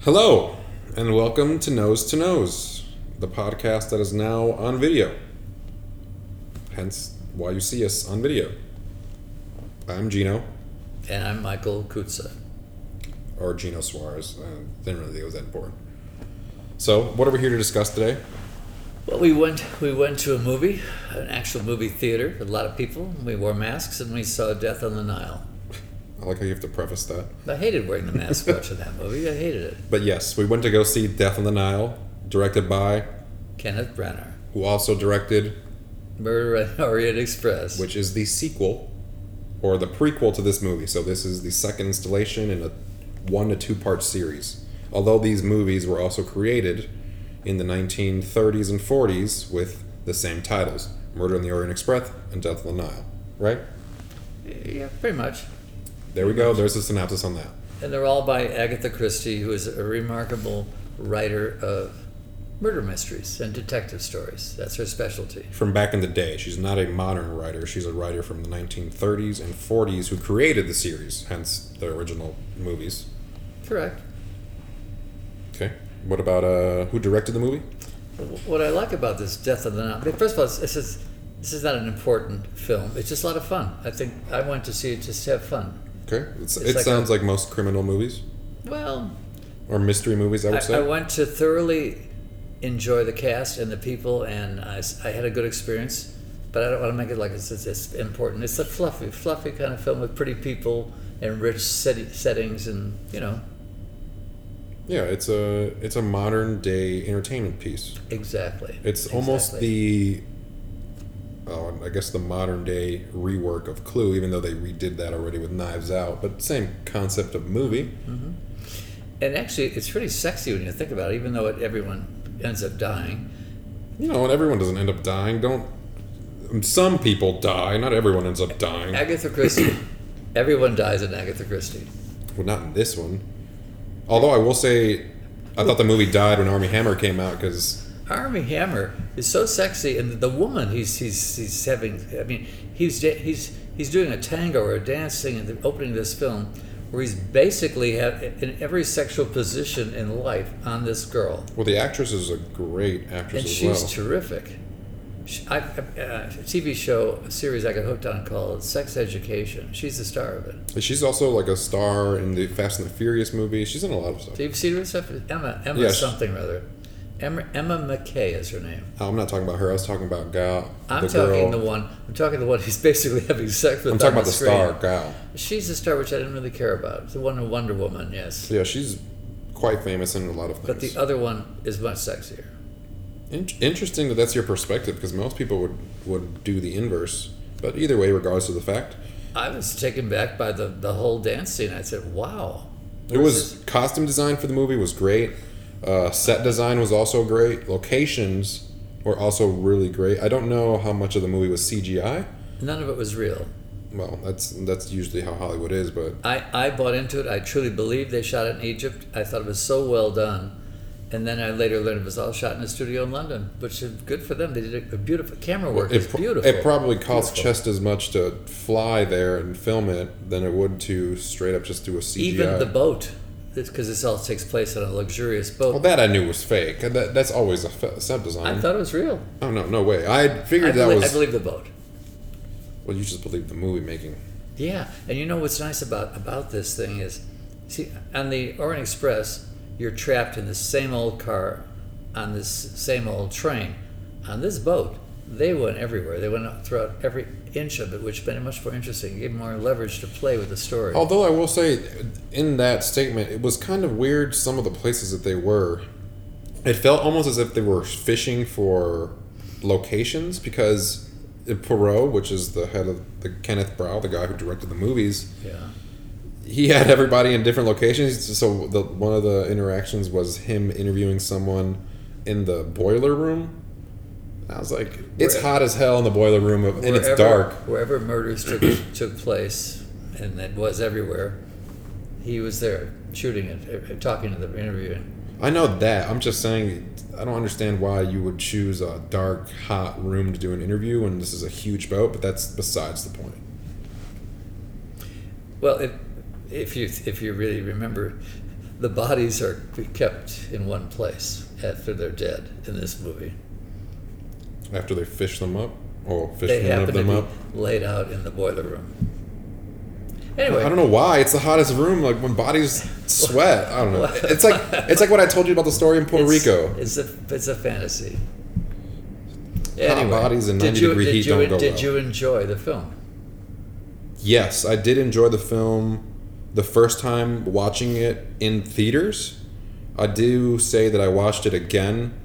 Hello, and welcome to Nose to Nose, the podcast that is now on video. Hence why you see us on video. I'm Gino, And I'm Michael Kutza. or Gino Suarez. I didn't really think it was that important. So, what are we here to discuss today? Well, we went we went to a movie, an actual movie theater, with a lot of people. and We wore masks and we saw Death on the Nile. I like how you have to preface that. I hated wearing the mask watching that movie. I hated it. But yes, we went to go see Death on the Nile, directed by, Kenneth Branagh, who also directed, Murder at Orient Express. which is the sequel, or the prequel to this movie. So, this is the second installation in a one to two part series. Although these movies were also created in the 1930s and 40s with the same titles Murder on the Orient Express and Death on the Nile, right? yeah, pretty much. There we go. There's a synopsis on that. And they're all by Agatha Christie, who is a remarkable writer of murder mysteries and detective stories. That's her specialty. From back in the day, she's not a modern writer. She's a writer from the 1930s and 40s who created the series, hence the original movies. Correct. Okay. What about uh, who directed the movie? What I like about this Death of the Nile, first of all, this is this is not an important film. It's just a lot of fun. I think I went to see it just to have fun. Okay. It's, It's it like sounds like most criminal movies Well, or mystery movies, I would I, say. I went to thoroughly enjoy the cast and the people, and I, s- I had a good experience. But I don't want to make it like it's, it's, it's important. It's a fluffy, fluffy kind of film with pretty people and rich set, settings, and you know, yeah, it's a it's a modern day entertainment piece. exactly. It's almost Exactly. the oh, I guess the modern day rework of Clue, even though they redid that already with Knives Out, but same concept of movie. and actually, it's pretty sexy when you think about it. Even though it, everyone ends up dying, You know, and everyone doesn't end up dying. Don't. Some people die. Not everyone ends up dying. Agatha Christie. Everyone dies in Agatha Christie. Well, not in this one. Although I will say, I thought the movie died when Army Hammer came out because Army Hammer is so sexy, and the woman he's he's, he's having. I mean, he's da- he's he's doing a tango or a dance thing in the opening of this film, where he's basically ha in every sexual position in life on this girl, well, the actress is a great actress and as she's well. terrific. She, I, I, uh, a TV show a series I got hooked on called Sex Education. She's the star of it. And she's also like a star in the Fast and the Furious movie. She's in a lot of stuff. Do you see her stuff? Emma Emma Yes. something rather. Emma Emma McKay is her name. I'm not talking about her. I was talking about Gal. I'm the girl. talking the one. I'm talking the one who's basically having sex with. I'm talking on about the screen. star Gal. She's the star, which I didn't really care about. The one in Wonder Woman, yes, Yeah, she's quite famous in a lot of things. but the other one is much sexier. In- interesting that that's your perspective because most people would would do the inverse. But either way, regardless of the fact, I was taken back by the the whole dance scene. I said, "Wow." it was costume design for the movie was great. Uh, set design was also great. Locations were also really great. I don't know how much of the movie was CGI. None of it was real. Well, that's that's usually how Hollywood is, but I, I bought into it. I truly believe they shot it in Egypt. I thought it was so well done. And then I later learned it was all shot in a studio in London, which is good for them. They did a beautiful camera work. It's it, pro- beautiful. it probably costs Beautiful. just as much to fly there and film it than it would to straight up just do a CGI. Even the boat, because this all takes place on a luxurious boat. well, that I knew was fake. That, that's always a fe- set design. I thought it was real. oh no, no way! I had figured I, that belie- was. I believe the boat. Well, you just believe the movie making. Yeah, and you know what's nice about about this thing is, see, on the Orient Express, you're trapped in the same old car, on this same old train, on this boat. They went everywhere. They went throughout every inch of it, which made it much more interesting. Gave more leverage to play with the story. Although I will say, in that statement, it was kind of weird. Some of the places that they were, it felt almost as if they were fishing for locations because Perot, which is the head of the Kenneth Brow, the guy who directed the movies, Yeah. he had everybody in different locations. So the, one of the interactions was him interviewing someone in the boiler room. I was like, it's Where- hot as hell in the boiler room, and it's dark. Wherever murders took took place, and it was everywhere, he was there shooting it, eh, talking to the interviewing. I know that. I'm just saying, I don't understand why you would choose a dark, hot room to do an interview when this is a huge boat. But that's besides the point. Well, if, if you if you really remember, the bodies are kept in one place after they're dead in this movie. After they fish them up, or They fishermen of happen to them be up. laid out in the boiler room. I Anyway, don't know why. It's the hottest room. Like when bodies sweat. I don't know. It's like it's like what I told you about the story in Puerto it's, Rico. it's a it's a fantasy. Hot Anyway, bodies and 90 did you, degree did heat you, don't go Did well. you enjoy the film? Yes, I did enjoy the film the first time watching it in theaters. I do say that I watched it again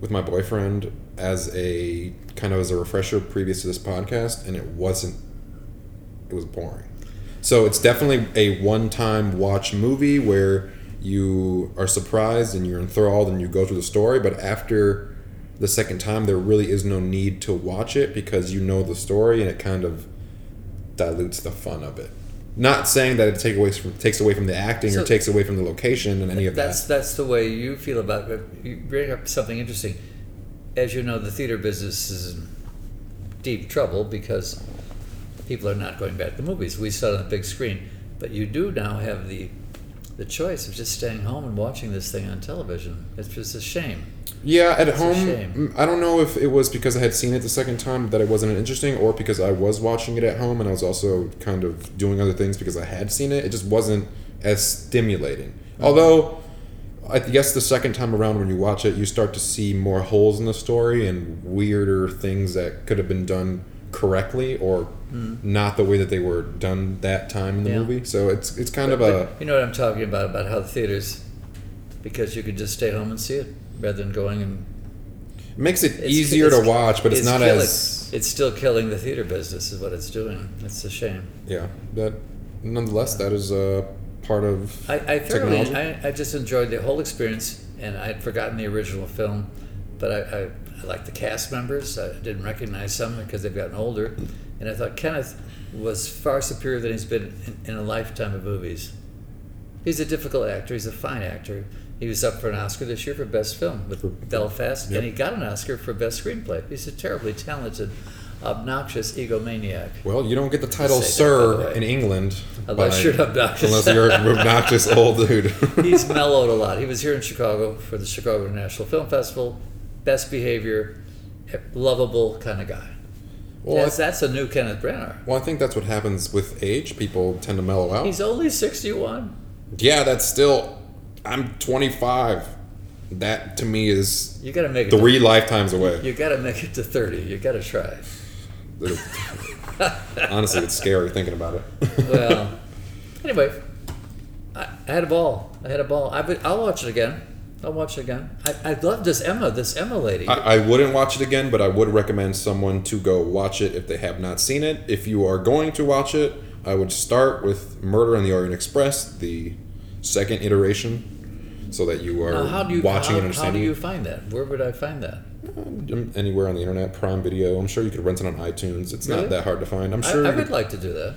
with my boyfriend as a kind of as a refresher previous to this podcast and it wasn't it was boring. So it's definitely a one-time watch movie where you are surprised and you're enthralled and you go through the story, but after the second time there really is no need to watch it because you know the story and it kind of dilutes the fun of it. Not saying that it take away from, takes away from the acting or So- takes away from the location and any of That's that. that's the way you feel about it. You bring up something interesting. As you know, the theater business is in deep trouble because people are not going back to the movies. We saw it on the big screen, but you do now have the the choice of just staying home and watching this thing on television. It's just a shame. Yeah, at a home, shame. mm, I don't know if it was because I had seen it the second time that it wasn't interesting, or because I was watching it at home and I was also kind of doing other things because I had seen it. It just wasn't as stimulating. Mm-hmm. Although, I guess the second time around when you watch it, you start to see more holes in the story and weirder things that could have been done correctly or not the way that they were done that time in the Mm. Yeah. movie. So it's it's kind of But a you know what I'm talking about about how the theaters, because you could just stay home and see it rather than going and it makes it It's- easier it's- to watch, but it's, not killing- as It's still killing the theater business, is what it's doing. It's a shame. Yeah, that nonetheless, that is a part of I, I thoroughly, Technology? I, I just enjoyed the whole experience, and I had forgotten the original film, but I, I, I like the cast members. I didn't recognize some because they've gotten older, and I thought Kenneth was far superior than he's been in, in a lifetime of movies. He's a difficult actor. He's a fine actor. He was up for an Oscar this year for best film with Belfast, Yep. and he got an Oscar for best screenplay. He's a terribly talented, obnoxious egomaniac. Well, you don't get the title Say that, by the sir way. in England Unless you're obnoxious. unless you're an obnoxious old dude. he's mellowed a lot. He was here in Chicago for the Chicago International Film Festival. Best behavior, lovable kind of guy. well, that's, I, that's a new Kenneth Branagh. well, I think that's what happens with age. People tend to mellow out. He's only 61. yeah, that's still. I'm 25. That to me is You got to make it. three lifetimes away. To, you got to make it to 30. You got to try. Honestly, it's scary thinking about it. Well, anyway, I, I had a ball. I had a ball. I would, I'll watch it again. I'll watch it again. I, I love this Emma, this Emma lady. I, I wouldn't watch it again, but I would recommend someone to go watch it if they have not seen it. If you are going to watch it, I would start with Murder on the Orient Express, the second iteration, so that you are now, how do you watching how, and how do understanding. you find that? Where would I find that? Um, Anywhere on the internet, Prime Video. I'm sure you could rent it on iTunes. It's Really? not that hard to find. I'm I, sure. I you would could, like to do that.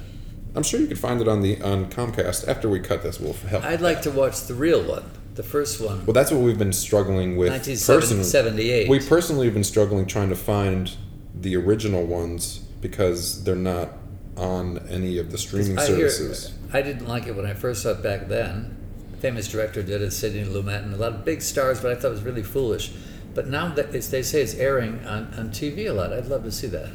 I'm sure you could find it on the on Comcast. After we cut this, we'll help. I'd like to watch the real one, the first one. well, that's what we've been struggling with. personally. 1978. We personally have been struggling trying to find the original ones because they're not on any of the streaming I hear- services. I didn't like it when I first saw it back then. Famous director did it, Sidney Lumet, and a lot of big stars, but I thought it was really foolish. But now that it's, they say it's airing on, on TV a lot, I'd love to see that.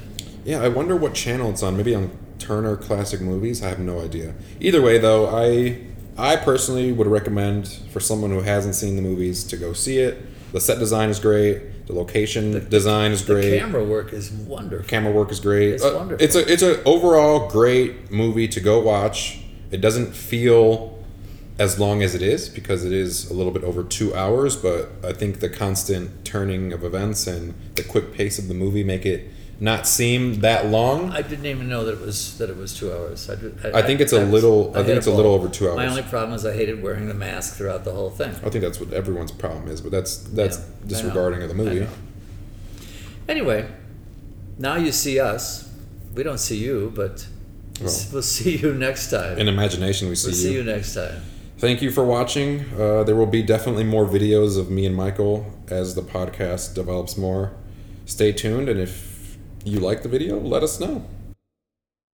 Yeah, I wonder what channel it's on. Maybe on Turner Classic Movies. I have no idea. Either way, though, I I personally would recommend for someone who hasn't seen the movies to go see it. The set design is great. The location design is great. Camera work is wonderful. camera work is great. Uh, It's wonderful. It's a it's a overall great movie to go watch. It doesn't feel as long as it is because it is a little bit over two hours, but I think the constant turning of events and the quick pace of the movie make it not seem that long. I didn't even know that it was that it was two hours. I, did- I think it's a was- little- I had think it's a little ball. over two My hours. only problem is I hated wearing the mask throughout the whole thing. I think that's what everyone's problem is, but that's that's Yeah, I know. disregarding of the I movie. know. Anyway, now you see us. We don't see you, but we'll, Well. we'll see you next time. In imagination, we see, we'll see you next time. Thank you for watching. Uh, there will be definitely more videos of me and Michael as the podcast develops more. Stay tuned, and if you like the video, let us know.